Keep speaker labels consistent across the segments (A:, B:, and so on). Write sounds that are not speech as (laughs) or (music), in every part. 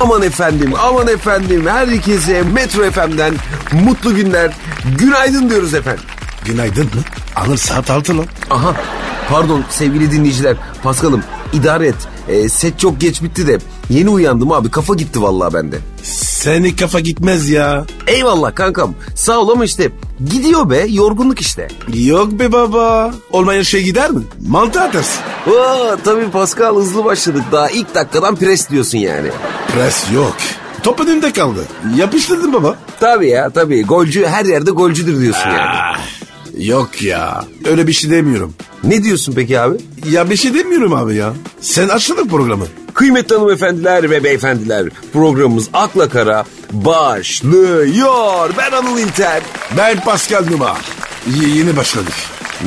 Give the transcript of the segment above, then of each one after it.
A: Aman efendim, aman efendim. Herkese Metro FM'den mutlu günler, günaydın diyoruz efendim.
B: Günaydın mı? Alır saat altı lan.
A: Aha, pardon sevgili dinleyiciler. Paskal'ım idare et. Ee, set çok geç bitti de yeni uyandım abi kafa gitti vallahi bende.
B: Seni kafa gitmez ya.
A: Eyvallah kankam sağ ol ama işte gidiyor be yorgunluk işte.
B: Yok be baba. Olmayan şey gider mi? Mantı atarsın.
A: Oo, tabii Pascal hızlı başladık daha ilk dakikadan pres diyorsun yani.
B: Pres yok. Top önünde kaldı. Yapıştırdın baba.
A: Tabii ya tabii golcü her yerde golcüdür diyorsun yani.
B: Ah, Yok ya. Öyle bir şey demiyorum.
A: Ne diyorsun peki abi?
B: Ya bir şey demiyorum abi ya. Sen açtın programı.
A: Kıymetli hanımefendiler ve beyefendiler programımız Akla Kara başlıyor. Ben Anıl İlter.
B: Ben Pascal Numa. Y- yeni başladık.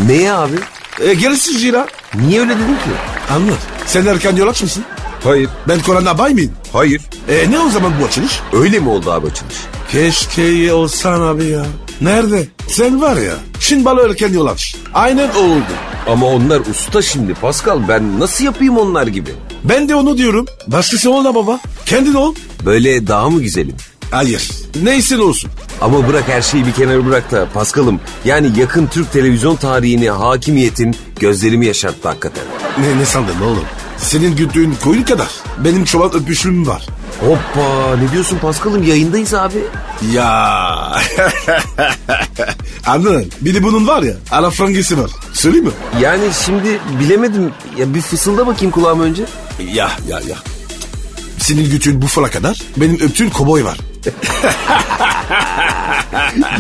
A: Neye abi?
B: E, gerisi Cira.
A: Niye öyle dedin ki?
B: Anlat. Sen erken yol açmışsın.
A: Hayır.
B: Ben Koran'a bay mıyım?
A: Hayır.
B: E ne o zaman bu açılış?
A: Öyle mi oldu abi açılış?
B: Keşke olsan abi ya. Nerede? Sen var ya. Şimdi bana erken yol aç. Aynen o oldu.
A: Ama onlar usta şimdi Pascal ben nasıl yapayım onlar gibi?
B: Ben de onu diyorum. Başkası olma baba. Kendin ol.
A: Böyle daha mı güzelim?
B: Hayır. Neyse ne olsun.
A: Ama bırak her şeyi bir kenara bırak da Paskal'ım yani yakın Türk televizyon tarihini hakimiyetin gözlerimi yaşarttı hakikaten.
B: Ne, ne sandın oğlum? Senin güldüğün koyun kadar. Benim çoban öpüşüm var.
A: Hoppa ne diyorsun Paskal'ım yayındayız abi.
B: Ya. (laughs) Anladın. Bir de bunun var ya. Arap frangisi var. Söyleyeyim mi?
A: Yani şimdi bilemedim ya bir fısılda bakayım kulağım önce.
B: Ya ya ya. Senin gütüğün bufala kadar. Benim öptüğüm koboy var.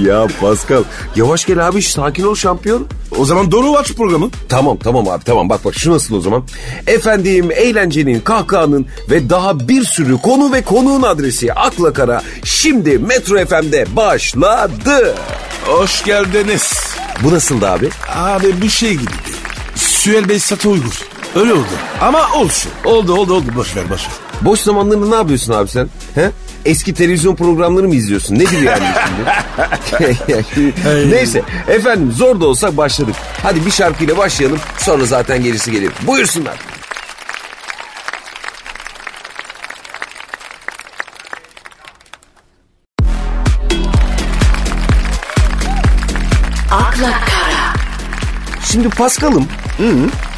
A: ya Pascal yavaş gel abi sakin ol şampiyon.
B: O zaman doğru aç programı.
A: Tamam tamam abi tamam bak bak şu nasıl o zaman. Efendim eğlencenin, kahkahanın ve daha bir sürü konu ve konuğun adresi Akla Kara şimdi Metro FM'de başladı.
B: Hoş geldiniz.
A: Bu nasıldı abi?
B: Abi bu şey gibi. Süheyl Bey Satı Uygur. Öyle oldu. Ama olsun. Oldu oldu oldu. Boş ver boş ver.
A: Boş zamanlarında ne yapıyorsun abi sen? He? Eski televizyon programları mı izliyorsun? Nedir yani şimdi? (laughs) Neyse efendim zor da olsak başladık. Hadi bir şarkıyla başlayalım sonra zaten gerisi gelir. Buyursunlar.
C: Akla Kara.
A: Şimdi Paskal'ım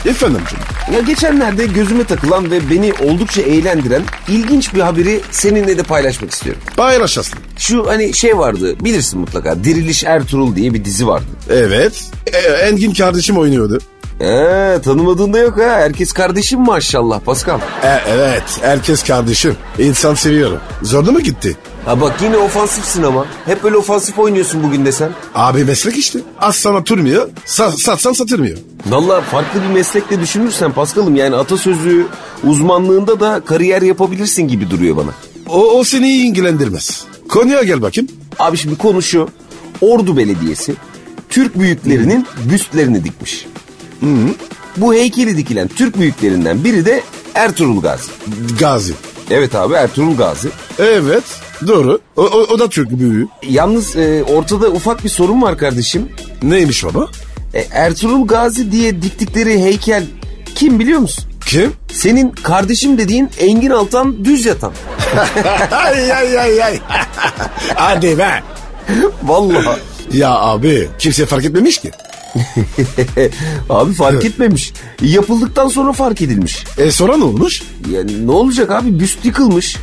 B: Efendim canım.
A: ya geçenlerde gözüme takılan ve beni oldukça eğlendiren ilginç bir haberi seninle de paylaşmak istiyorum.
B: Paylaşasın.
A: Şu hani şey vardı bilirsin mutlaka Diriliş Ertuğrul diye bir dizi vardı.
B: Evet. E, Engin kardeşim oynuyordu.
A: Ee, tanımadığında yok ha herkes kardeşim maşallah Paskal.
B: E, evet. Herkes kardeşim. İnsan seviyorum. Zorda mı gitti?
A: Ha bak yine ofansifsin ama. Hep böyle ofansif oynuyorsun bugün desen.
B: Abi meslek işte. Az sana turmuyor. sa- satsan satırmıyor.
A: Valla farklı bir meslekle düşünürsen Paskal'ım yani atasözü uzmanlığında da kariyer yapabilirsin gibi duruyor bana.
B: O, o seni ilgilendirmez. Konuya gel bakayım.
A: Abi şimdi konu şu. Ordu Belediyesi Türk büyüklerinin büstlerini dikmiş. Bu heykeli dikilen Türk büyüklerinden biri de Ertuğrul Gazi.
B: Gazi.
A: Evet abi Ertuğrul Gazi.
B: Evet. Doğru. O, o, o da Türk büyüğü.
A: Yalnız e, ortada ufak bir sorun var kardeşim.
B: Neymiş baba?
A: E, Ertuğrul Gazi diye diktikleri heykel kim biliyor musun?
B: Kim?
A: Senin kardeşim dediğin Engin Altan düz yatan.
B: (laughs) ay ay ay (laughs) ay. Hadi be.
A: Vallahi.
B: Ya abi kimse fark etmemiş ki.
A: E, abi fark etmemiş. Yapıldıktan sonra fark edilmiş.
B: E sonra ne olmuş?
A: Yani ne olacak abi büst yıkılmış.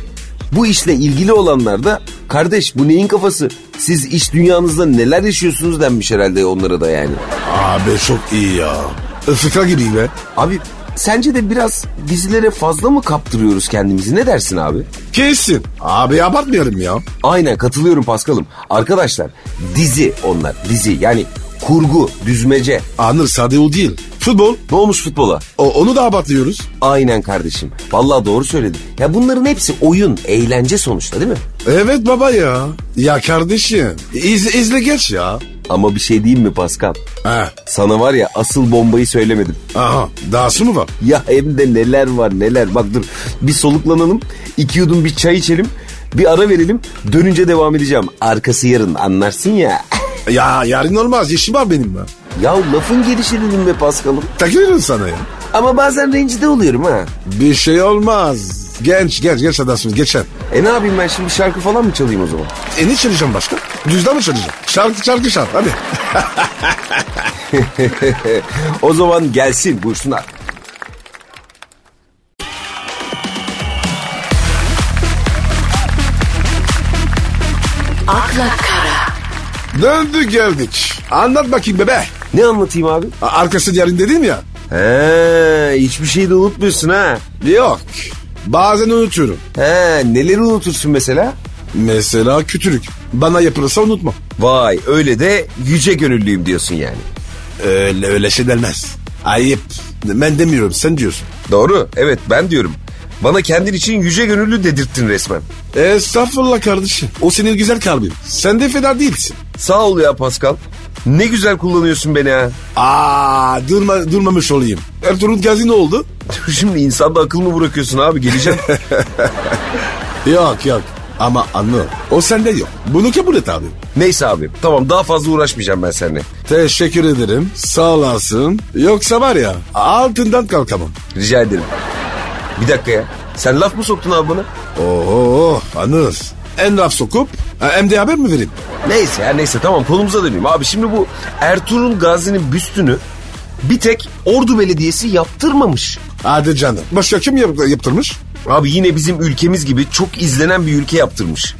A: Bu işle ilgili olanlar da kardeş bu neyin kafası? Siz iş dünyanızda neler yaşıyorsunuz denmiş herhalde onlara da yani.
B: Abi çok iyi ya. E, Fıkra gibi be.
A: Abi sence de biraz dizilere fazla mı kaptırıyoruz kendimizi ne dersin abi?
B: Kesin. Abi abartmayalım ya.
A: Aynen katılıyorum Paskal'ım. Arkadaşlar dizi onlar dizi yani kurgu düzmece.
B: Anır sade o değil. Futbol.
A: Ne olmuş futbola?
B: O, onu da abartıyoruz.
A: Aynen kardeşim. Vallahi doğru söyledin. Ya bunların hepsi oyun, eğlence sonuçta değil mi?
B: Evet baba ya. Ya kardeşim. iz- izle geç ya.
A: Ama bir şey diyeyim mi Pascal?
B: He.
A: Sana var ya asıl bombayı söylemedim.
B: Aha. Dahası mı var?
A: Ya hem de neler var neler. Bak dur bir soluklanalım. iki yudum bir çay içelim. Bir ara verelim. Dönünce devam edeceğim. Arkası yarın anlarsın ya. (laughs)
B: Ya yarın olmaz. Yeşim var benim ben.
A: ya lafın gelişi dedim be Paskal'ım.
B: Takılırım sana ya.
A: Ama bazen rencide oluyorum ha.
B: Bir şey olmaz. Genç genç genç adamsınız geçer.
A: E ne yapayım ben şimdi şarkı falan mı çalayım o zaman? (laughs)
B: E ne çalacağım başka? Düzden mi çalacağım? Şarkı şarkı şarkı hadi.
A: o zaman gelsin buyursunlar.
C: akla kara,
B: Döndü geldik. Anlat bakayım bebe.
A: Ne anlatayım abi?
B: A- Arkası yarın dedim ya.
A: He, hiçbir şeyi de unutmuyorsun ha.
B: Yok. Bazen unutuyorum.
A: He, neleri unutursun mesela?
B: Mesela kötülük. Bana yapılırsa unutma.
A: Vay öyle de yüce gönüllüyüm diyorsun yani.
B: Öyle öyle şey denmez. Ayıp. Ben demiyorum sen diyorsun.
A: Doğru evet ben diyorum. Bana kendin için yüce gönüllü dedirttin resmen.
B: Estağfurullah kardeşim. O senin güzel kalbin. Sen de feda değilsin.
A: Sağ ol ya Pascal. Ne güzel kullanıyorsun beni ha. (laughs)
B: Aa durma, durmamış olayım. Ertuğrul Gazi ne oldu?
A: Şimdi insanda akıl mı bırakıyorsun abi geleceğim.
B: Yok yok. Ama anlı. O sende yok. Bunu kabul et abi.
A: Neyse abi tamam daha fazla uğraşmayacağım ben seninle.
B: Teşekkür ederim. Sağ olasın. Yoksa var ya altından kalkamam.
A: Rica ederim. Bir dakika ya. Sen laf mı soktun abi bana?
B: Oo Anıl. En laf sokup ha, hem de haber mi vereyim?
A: Neyse ya neyse tamam konumuza döneyim. Abi şimdi bu Ertuğrul Gazi'nin büstünü bir tek Ordu Belediyesi yaptırmamış.
B: Hadi canım. Başka kim yap- yaptırmış?
A: Abi yine bizim ülkemiz gibi çok izlenen bir ülke yaptırmış.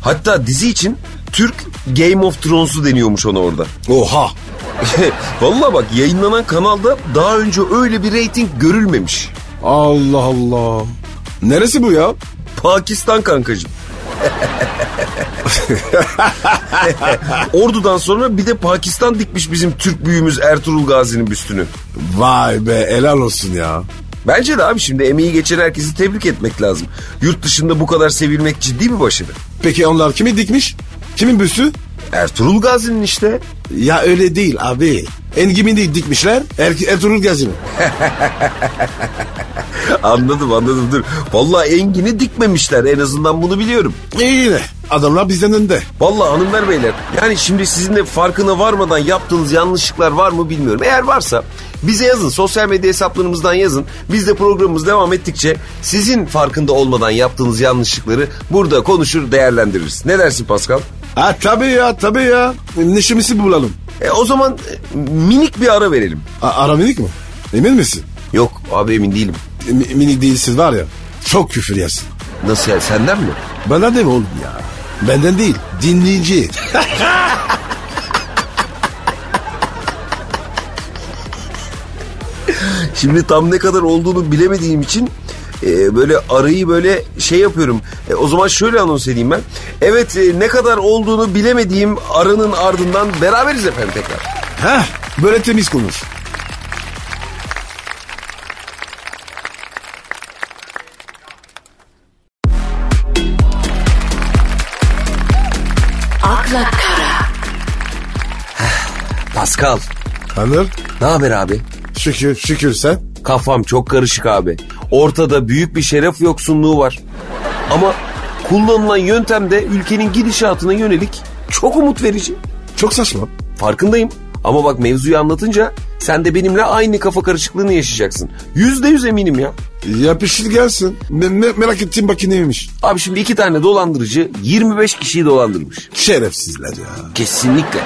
A: Hatta dizi için Türk Game of Thrones'u deniyormuş ona orada. (laughs)
B: Oha.
A: Vallahi bak yayınlanan kanalda daha önce öyle bir reyting görülmemiş.
B: Allah Allah. Neresi bu ya?
A: Pakistan kankacığım. Ordu'dan sonra bir de Pakistan dikmiş bizim Türk büyüğümüz Ertuğrul Gazi'nin büstünü.
B: Vay be helal olsun ya.
A: Bence de abi şimdi emeği geçen herkesi tebrik etmek lazım. Yurt dışında bu kadar sevilmek ciddi bir başarı.
B: Peki onlar kimi dikmiş? Kimin büsü?
A: Ertuğrul Gazi'nin işte. (laughs)
B: Ya öyle değil abi. Engimin değil dikmişler. Er Ertuğrul Gazi mi?
A: Anladım anladım dur. Vallahi Engin'i dikmemişler en azından bunu biliyorum.
B: İyi de adamlar bizden önde.
A: Vallahi hanımlar beyler yani şimdi sizin de farkına varmadan yaptığınız yanlışlıklar var mı bilmiyorum. Eğer varsa bize yazın sosyal medya hesaplarımızdan yazın. Biz de programımız devam ettikçe sizin farkında olmadan yaptığınız yanlışlıkları burada konuşur değerlendiririz. Ne dersin Pascal?
B: Ha tabii ya tabii ya. Neşemizi bulalım.
A: E, o zaman e, minik bir ara verelim.
B: A ara minik mi? Emin misin?
A: Yok abi emin değilim.
B: E, mi- minik değilsiz var ya. Çok küfür yersin.
A: Nasıl yani senden mi?
B: Bana deme oğlum ya. Benden değil. Dinleyici.
A: Şimdi tam ne kadar olduğunu bilemediğim için e, böyle arayı böyle şey yapıyorum. E, o zaman şöyle anons edeyim ben. Evet e, ne kadar olduğunu bilemediğim aranın ardından beraberiz efendim tekrar.
B: (laughs) Heh, böyle temiz konuş.
C: akla kara,
A: Pascal
B: Anır.
A: ne haber abi?
B: Şükür, şükür sen.
A: Kafam çok karışık abi. Ortada büyük bir şeref yoksunluğu var. Ama kullanılan yöntem de ülkenin gidişatına yönelik çok umut verici.
B: Çok saçma.
A: Farkındayım. Ama bak mevzuyu anlatınca sen de benimle aynı kafa karışıklığını yaşayacaksın. Yüzde yüz eminim ya.
B: Yapışır gelsin. Me- me- merak ettiğim bakın neymiş.
A: Abi şimdi iki tane dolandırıcı 25 kişiyi dolandırmış.
B: Şerefsizler ya.
A: Kesinlikle.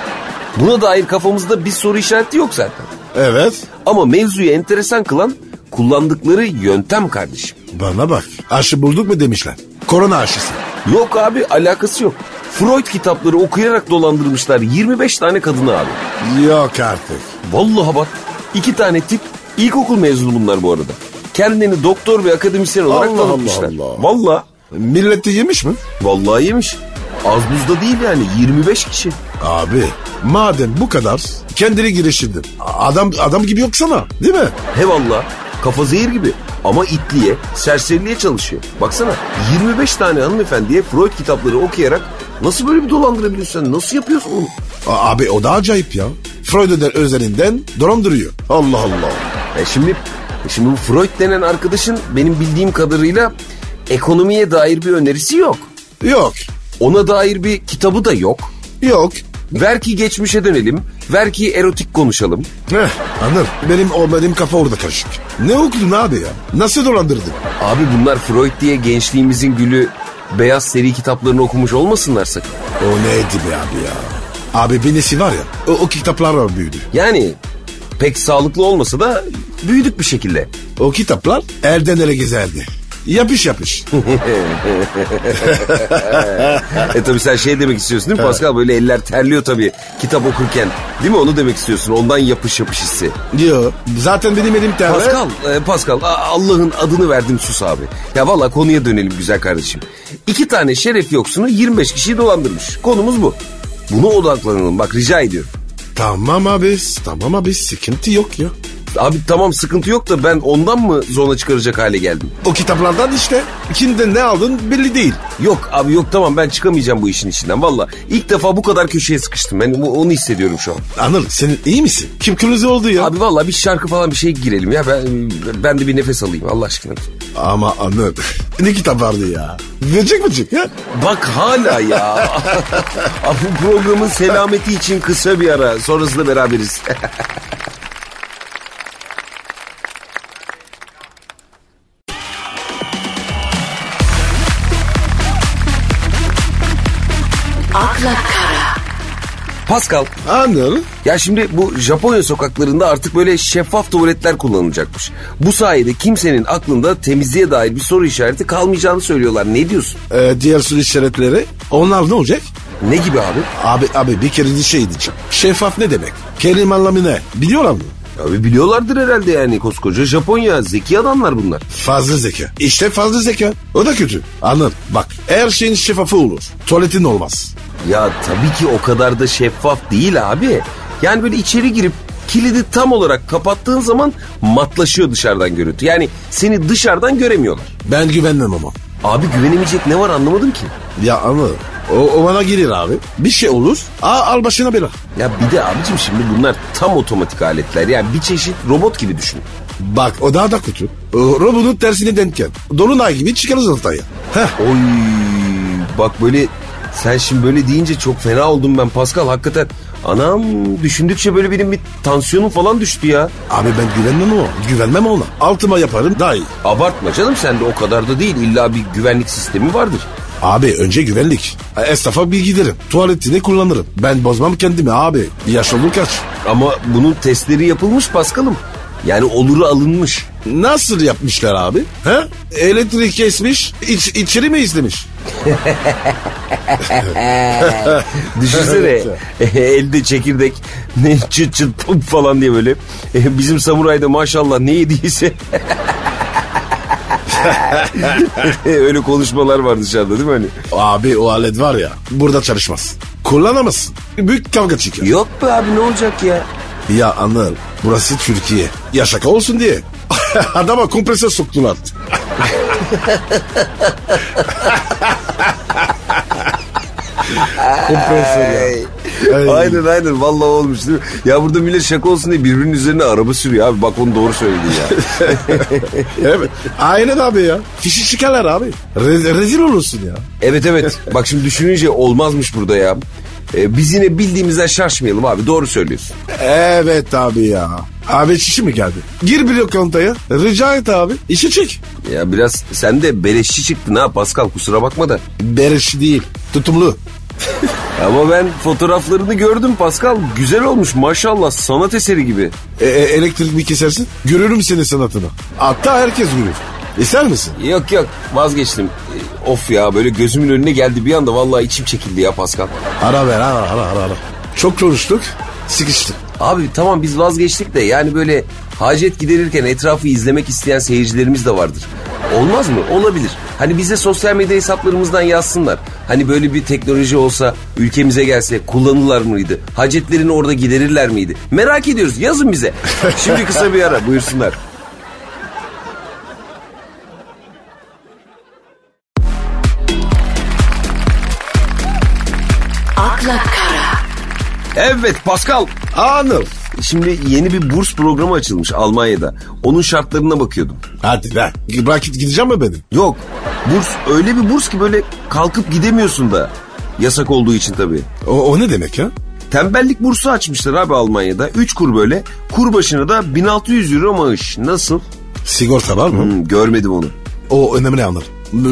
A: Buna dair kafamızda bir soru işareti yok zaten.
B: Evet.
A: Ama mevzuyu enteresan kılan kullandıkları yöntem kardeşim.
B: Bana bak. Aşı bulduk mu demişler. Korona aşısı.
A: Yok abi alakası yok. Freud kitapları okuyarak dolandırmışlar 25 tane kadını abi.
B: Yok artık.
A: Vallahi bak iki tane tip ilkokul mezunu bunlar bu arada. Kendini doktor ve akademisyen olarak
B: Allah
A: tanıtmışlar.
B: Allah Allah.
A: Vallahi.
B: Milleti yemiş mi?
A: Vallahi yemiş. Az buzda değil yani 25 kişi.
B: Abi madem bu kadar kendini giriştirdin. Adam adam gibi yoksana değil mi?
A: He valla kafa zehir gibi ama itliğe, serseriliğe çalışıyor. Baksana 25 tane hanımefendiye Freud kitapları okuyarak nasıl böyle bir dolandırabiliyorsun sen? Nasıl yapıyorsun onu?
B: A- abi o da acayip ya. Freud'un özelinden duruyor. Allah Allah.
A: E şimdi, e şimdi bu Freud denen arkadaşın benim bildiğim kadarıyla ekonomiye dair bir önerisi yok.
B: Yok.
A: Ona dair bir kitabı da yok.
B: Yok.
A: Ver ki geçmişe dönelim. Ver ki erotik konuşalım.
B: Heh, anladım. Benim, o, benim kafa orada karışık. Ne okudun abi ya? Nasıl dolandırdın?
A: Abi bunlar Freud diye gençliğimizin gülü beyaz seri kitaplarını okumuş olmasınlar sakın.
B: O neydi be abi ya? Abi benesi var ya, o, o kitaplarla büyüdü.
A: Yani pek sağlıklı olmasa da büyüdük bir şekilde.
B: O kitaplar elden ele gezerdi.
A: (laughs)
B: Yapış yapış.
A: E tabi sen şey demek istiyorsun değil mi Pascal? Böyle eller terliyor tabi kitap okurken. Değil mi onu demek istiyorsun? Ondan yapış yapış hissi.
B: Yo, zaten benim elim terler.
A: Pascal, e, Pascal a- Allah'ın adını verdim sus abi. Ya valla konuya dönelim güzel kardeşim. İki tane şeref yoksunu 25 kişiyi dolandırmış. Konumuz bu. Buna odaklanalım bak rica ediyorum.
B: Tamam abi, tamam abi sıkıntı yok ya.
A: Abi tamam sıkıntı yok da ben ondan mı zona çıkaracak hale geldim?
B: O kitaplardan işte kimden ne aldın belli değil.
A: Yok abi yok tamam ben çıkamayacağım bu işin içinden valla. İlk defa bu kadar köşeye sıkıştım ben bu- onu hissediyorum şu an.
B: Anıl sen iyi misin? Kim kırmızı oldu ya?
A: Abi valla bir şarkı falan bir şey girelim ya ben ben de bir nefes alayım Allah aşkına.
B: Ama Anıl (laughs) ne kitap vardı ya? Verecek mi çık ya?
A: Bak hala ya. (laughs) Abi bu programın selameti için kısa bir ara. Sonrasında beraberiz. (laughs)
C: akla kara,
A: Pascal
B: Anıl
A: ya şimdi bu Japonya sokaklarında artık böyle şeffaf tuvaletler kullanılacakmış. Bu sayede kimsenin aklında temizliğe dair bir soru işareti kalmayacağını söylüyorlar. Ne diyorsun?
B: e, diğer soru işaretleri onlar ne olacak?
A: Ne gibi abi?
B: Abi abi bir kere bir şey diyeceğim. Şeffaf ne demek? Kelime anlamı ne? Biliyorlar mı?
A: Abi biliyorlardır herhalde yani koskoca Japonya. Zeki adamlar bunlar.
B: Fazla zeka. İşte fazla zeka. O da kötü. Anıl bak her şeyin şeffafı olur. Tuvaletin olmaz.
A: Ya tabii ki o kadar da şeffaf değil abi. Yani böyle içeri girip kilidi tam olarak kapattığın zaman matlaşıyor dışarıdan görüntü. Yani seni dışarıdan göremiyorlar.
B: Ben güvenmem ama.
A: Abi güvenemeyecek ne var anlamadım ki.
B: Ya Anıl o, o bana girir abi. Bir şey olur. Aa, al başına bela.
A: Ya bir de abicim şimdi bunlar tam otomatik aletler. Yani bir çeşit robot gibi düşün.
B: Bak o daha da kötü. O, Robotun tersini denken. Dolunay gibi çıkarız ortaya. Heh.
A: Oy bak böyle sen şimdi böyle deyince çok fena oldum ben Pascal hakikaten. Anam düşündükçe böyle benim bir tansiyonum falan düştü ya.
B: Abi ben güvenmem o. Güvenmem ona. Altıma yaparım daha iyi.
A: Abartma canım sen de o kadar da değil. İlla bir güvenlik sistemi vardır.
B: Abi önce güvenlik. E, Esnafa bir giderim. Tuvaletini kullanırım. Ben bozmam kendimi abi. Yaş olur kaç.
A: Ama bunun testleri yapılmış Paskal'ım. Yani oluru
B: (laughs)
A: alınmış.
B: Nasıl yapmışlar abi? He? Elektrik kesmiş. iç- içeri mi izlemiş?
A: Düşünsene e, elde çekirdek ne çıt çıt pıp falan diye böyle. E, Bizim samurayda maşallah ne yediyse.
B: (laughs)
A: Öyle konuşmalar var dışarıda değil mi hani?
B: Abi o alet var ya. Burada çalışmaz. Kullanamazsın. Büyük kavga çıkıyor.
A: Yok be abi ne olacak ya?
B: Ya Anıl burası Türkiye. Ya şaka olsun diye. (laughs) Adama kompresör soktular. kompresör ya. Ay.
A: Aynen aynen vallahi olmuş değil mi? Ya burada millet şaka olsun diye birbirinin üzerine araba sürüyor abi. Bak onu doğru söyledin ya.
B: Evet. Aynen abi ya. Fişi çıkarlar abi. Re- rezil olursun ya.
A: Evet evet. (laughs) Bak şimdi düşününce olmazmış burada ya. Ee, biz yine bildiğimizden şaşmayalım abi. Doğru söylüyorsun.
B: Evet abi ya. Abi şişi mi geldi? Gir bir lokantaya. Rica et abi. İşi çık.
A: Ya biraz sen de beleşçi çıktın ha Pascal kusura bakma da.
B: Bereşi değil. Tutumlu.
A: Ama ben fotoğraflarını gördüm Pascal. Güzel olmuş maşallah sanat eseri gibi.
B: E, e, elektrik mi kesersin? Görürüm senin sanatını. Hatta herkes görür. İster misin?
A: Yok yok vazgeçtim. Ee, Of ya böyle gözümün önüne geldi bir anda vallahi içim çekildi ya Pascal.
B: Ara ver ara ara ara. ara. Çok konuştuk. Sıkıştık.
A: Abi tamam biz vazgeçtik de yani böyle hacet giderirken etrafı izlemek isteyen seyircilerimiz de vardır. Olmaz mı? Olabilir. Hani bize sosyal medya hesaplarımızdan yazsınlar. Hani böyle bir teknoloji olsa ülkemize gelse kullanırlar mıydı? Hacetlerini orada giderirler miydi? Merak ediyoruz yazın bize. (laughs) Şimdi kısa bir ara buyursunlar.
C: akla kara,
A: Evet Pascal.
B: Anıl.
A: Şimdi yeni bir burs programı açılmış Almanya'da. Onun şartlarına bakıyordum.
B: Hadi lan. Bırak gideceğim mi benim?
A: Yok burs öyle bir burs ki böyle kalkıp gidemiyorsun da. Yasak olduğu için tabii.
B: O, o ne demek ya?
A: Tembellik bursu açmışlar abi Almanya'da. 3 kur böyle. Kur başına da 1600 euro maaş. Nasıl?
B: Sigorta var mı?
A: Hmm, görmedim onu.
B: O önemli anlar.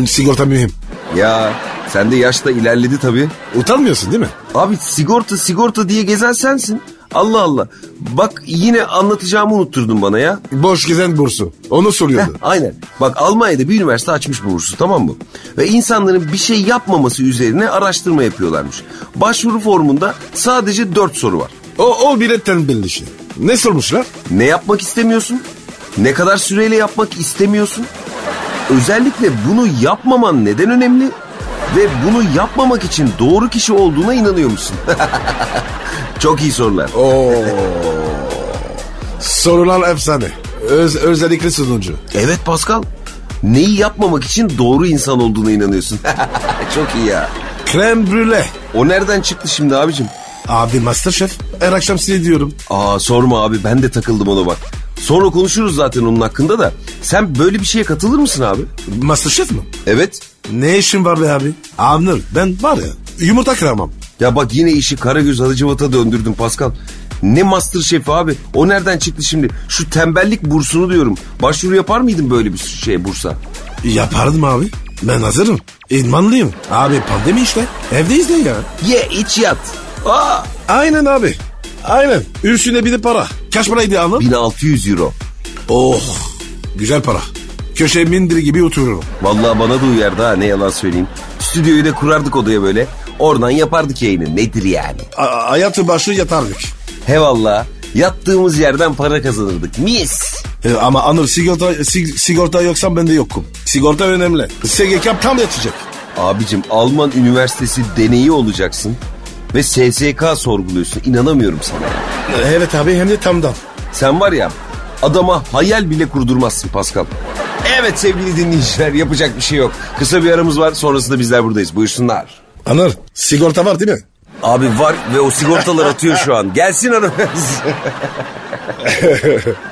B: Sigorta mühim.
A: Ya sen de yaşta ilerledi tabii.
B: Utanmıyorsun değil mi?
A: Abi sigorta sigorta diye gezen sensin. Allah Allah. Bak yine anlatacağımı unutturdun bana ya.
B: Boş gezen bursu. Onu soruyordu.
A: (laughs) Aynen. Bak Almanya'da bir üniversite açmış bu bursu tamam mı? Ve insanların bir şey yapmaması üzerine araştırma yapıyorlarmış. Başvuru formunda sadece dört soru var.
B: o, o biletten belli şey. Ne sormuşlar?
A: Ne yapmak istemiyorsun? Ne kadar süreyle yapmak istemiyorsun? Özellikle bunu yapmaman neden önemli? Ve bunu yapmamak için doğru kişi olduğuna inanıyor musun? (laughs) Çok iyi sorular.
B: Oo. Sorular efsane. Öz, özellikle sunucu.
A: Evet Pascal. Neyi yapmamak için doğru insan olduğuna inanıyorsun. (laughs) Çok iyi ya.
B: Krem brüle.
A: O nereden çıktı şimdi abicim?
B: Abi Masterchef. Her akşam size diyorum.
A: Aa sorma abi ben de takıldım ona bak. Sonra konuşuruz zaten onun hakkında da. Sen böyle bir şeye katılır mısın abi?
B: Masterchef mi?
A: Evet.
B: Ne işin var be abi? Avnur ben var ya yumurta kıramam.
A: Ya bak yine işi Karagöz Halıcıvat'a döndürdün Pascal. Ne master şefi abi? O nereden çıktı şimdi? Şu tembellik bursunu diyorum. Başvuru yapar mıydın böyle bir şey bursa?
B: Yapardım abi. Ben hazırım. İdmanlıyım. Abi pandemi işte. Evdeyiz de ya.
A: Ye iç yat. Aa,
B: Aynen abi. Aynen. Üstüne bir de para. Kaç paraydı anladın?
A: 1600 euro.
B: Oh. Güzel para. Köşe mindiri gibi otururum.
A: Vallahi bana da uyardı ha ne yalan söyleyeyim. Stüdyoyu da kurardık odaya böyle. Oradan yapardık yayını. Nedir yani?
B: A- hayatı başı yatardık.
A: He valla yattığımız yerden para kazanırdık. Mis.
B: E, ama Anıl sigorta, sig- sigorta yoksa ben de yokum. Sigorta önemli. SGK tam yatacak.
A: Abicim Alman Üniversitesi deneyi olacaksın. Ve SSK sorguluyorsun. İnanamıyorum sana. ya.
B: E, Evet abi hem de tamdan.
A: Sen var ya adama hayal bile kurdurmazsın Pascal. Evet sevgili dinleyiciler yapacak bir şey yok. Kısa bir aramız var sonrasında bizler buradayız. Buyursunlar.
B: Anıl sigorta var değil mi?
A: Abi var ve o sigortalar atıyor şu an. Gelsin aramız. (laughs)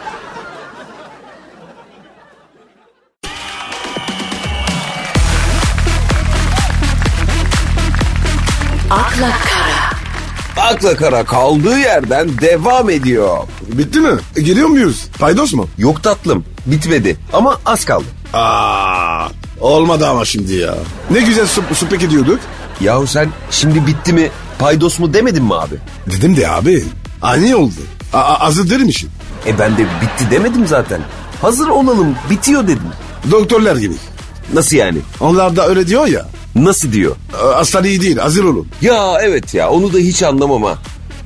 C: akla kara,
A: Akla kara kaldığı yerden devam ediyor.
B: Bitti mi? E, Geliyor muyuz? Paydos mu?
A: Yok tatlım bitmedi ama az kaldı.
B: Aa, olmadı ama şimdi ya. Ne güzel sup- supek ediyorduk.
A: Yahu sen şimdi bitti mi paydos mu demedin mi abi?
B: Dedim de abi. Ani oldu. A- azı derim işin.
A: E ben de bitti demedim zaten. Hazır olalım bitiyor dedim.
B: Doktorlar gibi.
A: Nasıl yani?
B: Onlar da öyle diyor ya. E,
A: Nasıl diyor?
B: Aslan iyi değil hazır olun.
A: Ya evet ya onu da hiç anlamam ha.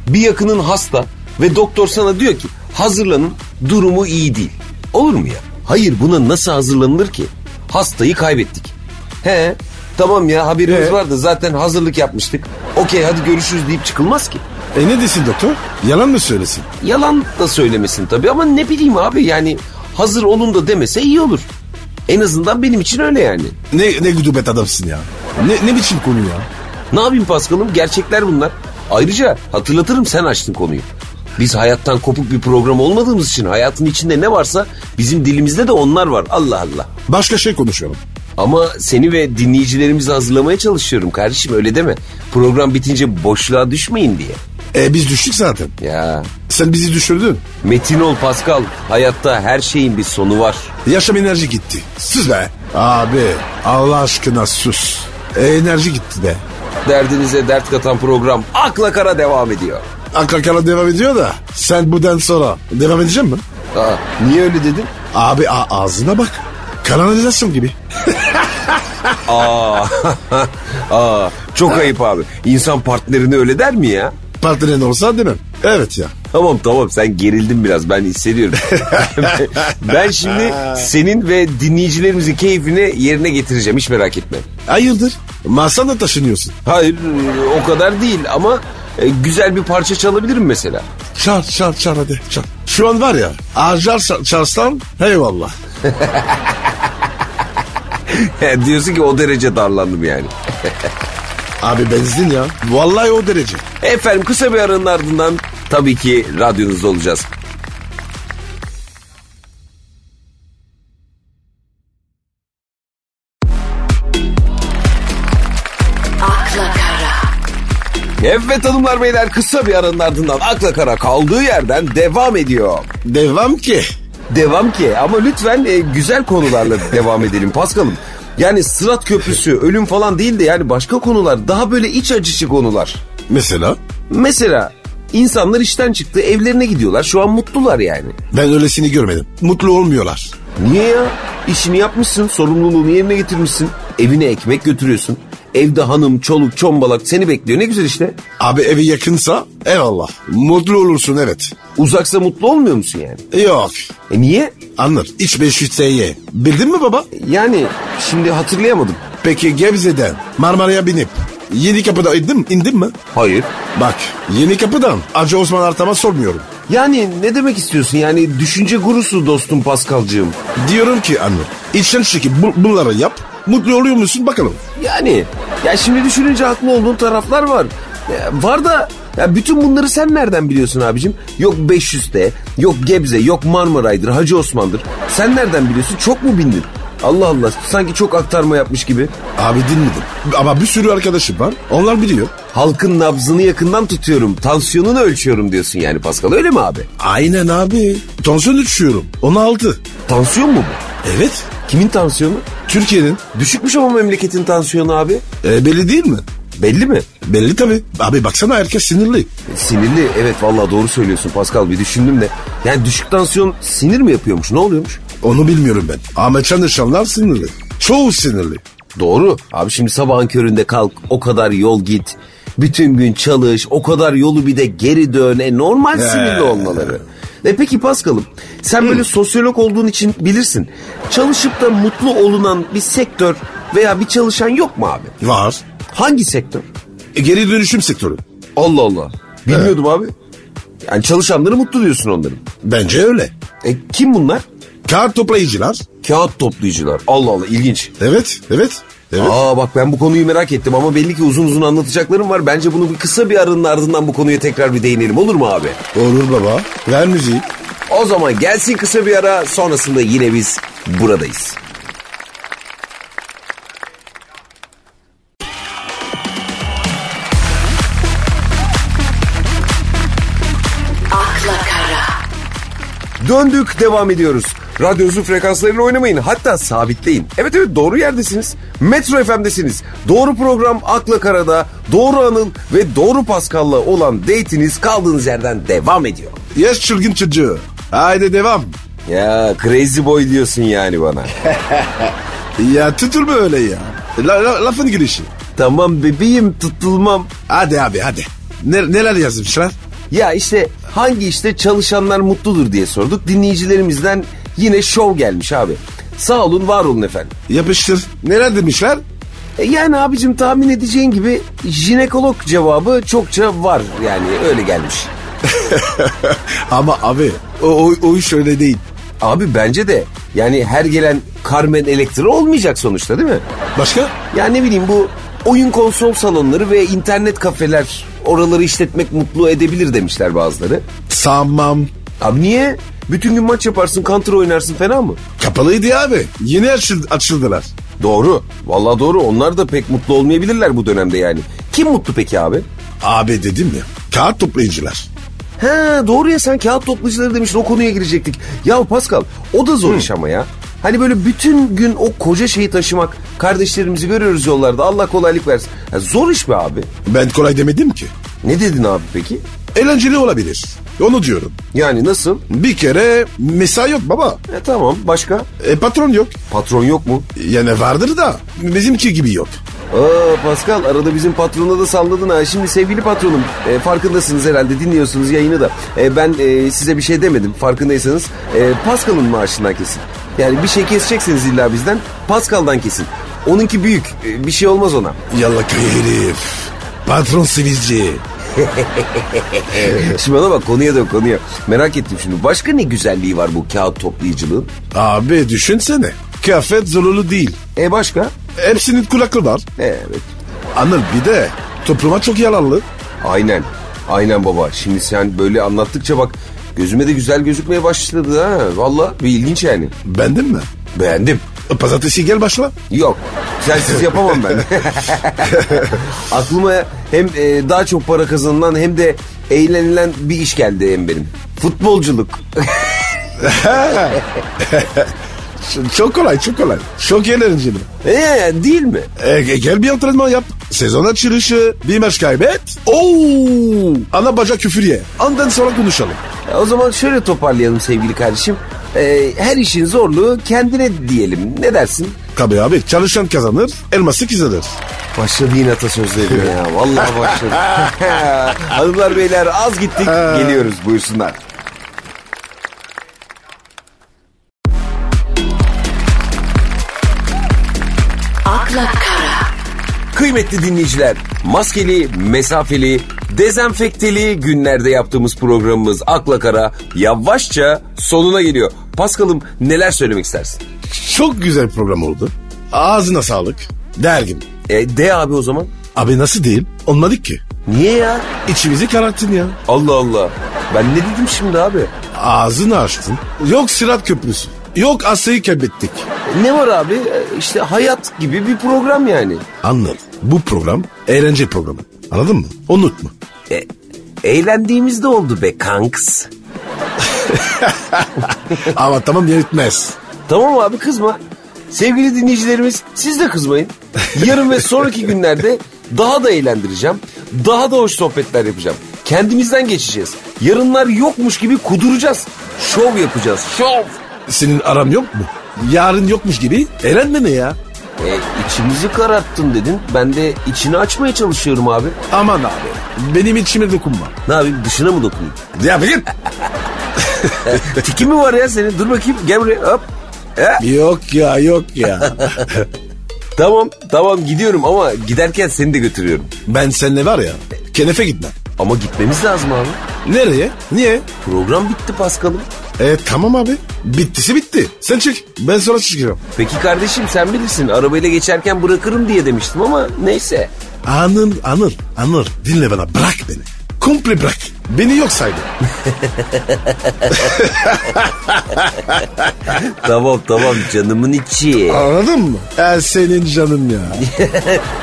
A: Bir yakının hasta ve doktor sana diyor ki hazırlanın durumu iyi değil. Olur mu ya? Hayır buna nasıl hazırlanılır ki? Hastayı kaybettik. He tamam ya haberimiz
B: Ee?
A: vardı zaten hazırlık yapmıştık. Okey hadi görüşürüz deyip çıkılmaz ki.
B: E ne desin doktor? Yalan mı söylesin?
A: Yalan da söylemesin tabii ama ne bileyim abi yani hazır olun da demese iyi olur. En azından benim için öyle yani.
B: Ne, ne gudubet adamsın ya. Ne, ne biçim konu ya?
A: Ne yapayım Paskal'ım gerçekler bunlar. Ayrıca hatırlatırım sen açtın konuyu. Biz hayattan kopuk bir program olmadığımız için hayatın içinde ne varsa bizim dilimizde de onlar var. Allah Allah.
B: Başka şey konuşuyorum.
A: Ama seni ve dinleyicilerimizi hazırlamaya çalışıyorum kardeşim öyle deme. Program bitince boşluğa düşmeyin diye.
B: E biz düştük zaten.
A: Ya
B: Sen bizi düşürdün.
A: Metin ol Pascal. Hayatta her şeyin bir sonu var.
B: Yaşam enerji gitti. Sus be. Abi Allah aşkına sus. E, enerji gitti be.
A: Derdinize dert katan program akla kara devam ediyor.
B: Akrakala devam ediyor da sen buradan sonra devam edecek mi?
A: Aa, niye öyle dedin?
B: Abi a- ağzına bak. Kanalizasyon gibi.
A: Aa, (laughs) aa, çok ayıp abi. İnsan partnerine öyle der mi ya?
B: Partnerin olsa demem. Evet ya.
A: Tamam tamam sen gerildin biraz ben hissediyorum. ben şimdi senin ve dinleyicilerimizin keyfini yerine getireceğim hiç merak etme.
B: Hayırdır? Masanda taşınıyorsun.
A: Hayır o kadar değil ama e, güzel bir parça çalabilirim mesela. (laughs)
B: Çar çar çar hadi çar. Şu an var ya ağaçlar çar- çarsan eyvallah.
A: Diyorsun ki o derece darlandım yani.
B: Abi benzin ya. Vallahi o derece.
A: Efendim kısa bir aranın ardından tabii ki radyonuzda olacağız.
C: akla kara,
A: Evet hanımlar beyler kısa bir aranın ardından akla kara kaldığı yerden devam ediyor.
B: Devam ki.
A: Devam ki ama lütfen e, güzel konularla (laughs) devam edelim Paskal'ım. Yani Sırat Köprüsü, ölüm falan değil de yani başka konular daha böyle iç acıcı konular.
B: Mesela?
A: Mesela insanlar işten çıktı evlerine gidiyorlar şu an mutlular yani.
B: Ben öylesini görmedim. Mutlu olmuyorlar.
A: Niye ya? İşini yapmışsın, sorumluluğunu yerine getirmişsin. Evine ekmek götürüyorsun. Evde hanım, çoluk, çombalak seni bekliyor ne güzel işte.
B: Abi evi yakınsa eyvallah. Mutlu olursun evet.
A: Uzaksa mutlu olmuyor musun yani?
B: Yok.
A: E niye?
B: Anlar. İç Beşiktaş'ı. Bildin mi baba?
A: Yani şimdi hatırlayamadım.
B: Peki Gebze'den Marmara'ya binip Yeni kapıda indim, indim mi?
A: Hayır.
B: Bak yeni kapıdan Acı Osman Artam'a sormuyorum.
A: Yani ne demek istiyorsun? Yani düşünce gurusu dostum Paskal'cığım.
B: Diyorum ki anne içten şeki bu, bunları yap mutlu oluyor musun bakalım.
A: Yani ya şimdi düşününce haklı olduğun taraflar var. Ya var da ya bütün bunları sen nereden biliyorsun abicim? Yok 500'te, yok Gebze, yok Marmaray'dır, Hacı Osman'dır. Sen nereden biliyorsun? Çok mu bindin? Allah Allah sanki çok aktarma yapmış gibi.
B: Abi dinledim ama bir sürü arkadaşım var onlar biliyor.
A: Halkın nabzını yakından tutuyorum, tansiyonunu ölçüyorum diyorsun yani Pascal öyle mi abi?
B: Aynen abi tansiyon düşüyorum 16.
A: Tansiyon mu bu?
B: Evet
A: Kimin tansiyonu?
B: Türkiye'nin
A: Düşükmüş ama memleketin tansiyonu abi.
B: E, belli değil mi?
A: Belli mi?
B: Belli tabi. Abi baksana herkes sinirli.
A: Sinirli evet vallahi doğru söylüyorsun Pascal bir düşündüm de. Yani düşük tansiyon sinir mi yapıyormuş ne oluyormuş?
B: Onu bilmiyorum ben. Ahmet Çalışanlar sinirli. Çoğu sinirli.
A: Doğru abi şimdi sabahın köründe kalk o kadar yol git. Bütün gün çalış o kadar yolu bir de geri dön. E, normal sinirli olmaları. E peki Pascal'ım sen böyle sosyolog olduğun için bilirsin. Çalışıp da mutlu olunan bir sektör veya bir çalışan yok mu abi?
B: Var.
A: Hangi sektör?
B: E, geri dönüşüm sektörü.
A: Allah Allah. Bilmiyordum abi. Yani çalışanları mutlu diyorsun onların.
B: Bence öyle.
A: E kim bunlar?
B: Kağıt toplayıcılar.
A: Kağıt toplayıcılar. Allah Allah ilginç.
B: Evet, evet, evet.
A: Aa bak ben bu konuyu merak ettim ama belli ki uzun uzun anlatacaklarım var. Bence bunu bir kısa bir aranın ardından bu konuya tekrar bir değinelim olur mu abi?
B: Olur baba. Ver müziği.
A: O zaman gelsin kısa bir ara sonrasında yine biz buradayız.
C: akla kara,
A: Döndük devam ediyoruz. Radyonuzun frekanslarıyla oynamayın hatta sabitleyin. Evet evet doğru yerdesiniz. Metro FM'desiniz. Doğru program Akla Karada, doğru Anıl ve doğru Paskal'la olan date'iniz kaldığınız yerden devam ediyor.
B: Yes çılgın çocuğu. Haydi devam.
A: Ya crazy boy diyorsun yani bana.
B: Ya tutulma öyle ya. La- la- lafın girişi.
A: tamam bebeğim tutulmam.
B: Hadi abi hadi. Ne- neler yazmışlar?
A: Ya işte hangi işte çalışanlar mutludur diye sorduk. Dinleyicilerimizden yine şov gelmiş abi. Sağ olun var olun efendim.
B: Yapıştır. Neler demişler? (laughs)
A: E yani abicim tahmin edeceğin gibi jinekolog cevabı çokça var yani öyle gelmiş.
B: Ama abi o, o, o iş öyle değil.
A: Abi bence de yani her gelen Carmen Electra olmayacak sonuçta değil mi?
B: Başka?
A: Ya ne bileyim bu oyun konsol salonları ve internet kafeler oraları işletmek mutlu edebilir demişler bazıları.
B: Sanmam.
A: Abi niye? Bütün gün maç yaparsın, counter oynarsın fena mı?
B: Kapalıydı ya abi. Yeni açıl- açıldılar.
A: Doğru. Vallahi doğru. Onlar da pek mutlu olmayabilirler bu dönemde yani. Kim mutlu peki abi?
B: Abi dedim ya. Kağıt toplayıcılar.
A: He doğru ya sen kağıt toplayıcıları demiştin o konuya girecektik. Ya Pascal o da zor iş ama ya. Hani böyle bütün gün o koca şeyi taşımak kardeşlerimizi görüyoruz yollarda Allah kolaylık versin. Ya zor iş be abi.
B: Ben kolay demedim ki.
A: Ne dedin abi peki?
B: Eğlenceli olabilir. Onu diyorum.
A: Yani nasıl?
B: Bir kere mesai yok baba.
A: E tamam başka?
B: E, patron yok.
A: Patron yok mu?
B: Yani vardır da bizimki gibi yok.
A: Aa Pascal arada bizim patrona da salladın ha. Şimdi sevgili patronum e, farkındasınız herhalde dinliyorsunuz yayını da. E, ben e, size bir şey demedim farkındaysanız. E, Pascal'ın maaşından kesin. Yani bir şey kesecekseniz illa bizden Pascal'dan kesin. Onunki büyük e, bir şey olmaz ona.
B: Yallaka herif. Patron sivilci.
A: Şimdi bana bak konuya dön konuya. Merak ettim şimdi başka ne güzelliği var bu kağıt toplayıcılığın?
B: Abi düşünsene. Kıyafet zorunlu değil.
A: E başka?
B: Hepsinin kulaklığı var.
A: E, Evet
B: Anıl bir de topluma çok yararlı.
A: aynen aynen baba. Şimdi sen böyle anlattıkça bak gözüme de güzel gözükmeye başladı ha. Valla bir ilginç yani.
B: Beğendin mi? E,
A: Beğendim.
B: Pazartesi gel başla.
A: Yok. Sensiz yapamam (laughs) ben. Aklıma hem e, daha çok para kazanılan hem de eğlenilen bir iş geldi hem benim. Futbolculuk. (laughs)
B: çok kolay çok kolay. Çok eğlenceli.
A: Ee, değil mi?
B: E, e, gel bir antrenman yap. Sezon açılışı. Bir maç kaybet. Oo! Ana bacak küfür ye. Ondan sonra konuşalım.
A: O zaman şöyle toparlayalım sevgili kardeşim. Ee, her işin zorluğu kendine diyelim. Ne dersin?
B: Tabii abi çalışan kazanır, elması kazanır.
A: Başladı yine atasözleri (laughs) ya. Vallahi (laughs) başladı. Hanımlar beyler az gittik. Geliyoruz buyursunlar.
C: akla kara,
A: Kıymetli dinleyiciler, maskeli, mesafeli, dezenfekteli günlerde yaptığımız programımız Akla Kara yavaşça sonuna geliyor. Paskal'ım neler söylemek istersin?
B: Çok güzel program oldu. Ağzına sağlık. Dergim.
A: E, de abi o zaman.
B: Abi nasıl değil? Olmadık ki.
A: Niye ya?
B: İçimizi kararttın ya.
A: Allah Allah. Ben ne dedim şimdi abi?
B: Ağzını açtın. Yok Sırat Köprüsü. Yok Asya'yı kaybettik.
A: Ne var abi? E, İşte hayat gibi bir program yani.
B: Anladım. Bu program eğlence programı. Anladın mı? Unutma.
A: E, eğlendiğimiz de oldu be kanks.
B: Ama tamam yetmez.
A: Tamam abi kızma. Sevgili dinleyicilerimiz siz de kızmayın. Yarın ve sonraki günlerde daha da eğlendireceğim. Daha da hoş sohbetler yapacağım. Kendimizden geçeceğiz. Yarınlar yokmuş gibi kuduracağız. Şov yapacağız. Şov.
B: Senin aram yok mu? Yarın yokmuş gibi eğlenme ne ya?
A: E, içimizi kararttın dedin. Ben de içini açmaya çalışıyorum abi.
B: Aman abi benim içime dokunma.
A: Ne yapayım dışına mı dokunayım?
B: Ya bir
A: Tiki mi var ya senin? Dur bakayım gel buraya hop. E,
B: Yok ya yok ya.
A: tamam tamam gidiyorum ama giderken seni de götürüyorum.
B: ben seninle var ya kenefe gitmem.
A: Ama gitmemiz lazım abi.
B: Nereye? Niye?
A: Program bitti Paskal'ım.
B: E tamam abi. Bittisi bitti. Sen çık. Ben sonra çıkacağım.
A: Peki kardeşim sen bilirsin arabayla geçerken bırakırım diye demiştim ama neyse.
B: Anır, anır, anır. Dinle bana. Bırak beni. Komple bırak. Beni yok saydı.
A: Tamam tamam canımın içi.
B: Anladın mı? E senin canın ya.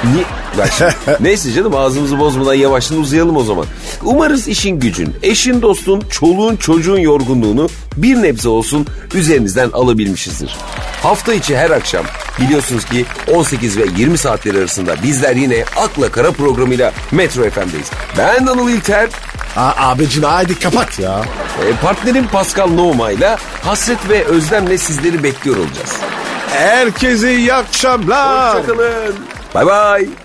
A: Ni- Bak şimdi, neyse canım ağzımızı bozmadan yavaştan uzayalım o zaman. Umarız işin gücün, eşin dostun, çoluğun çocuğun yorgunluğunu bir nebze olsun üzerimizden alabilmişizdir. Hafta içi her akşam biliyorsunuz ki 18 ve 20 saatleri arasında bizler yine Akla Kara programıyla Metro FM'deyiz. Ben Anıl İlter,
B: A abicim haydi kapat ya.
A: e, partnerim Pascal Nohma ile Hasret ve Özlem'le sizleri bekliyor olacağız.
B: Herkese iyi akşamlar.
A: Hoşçakalın. Bay bay.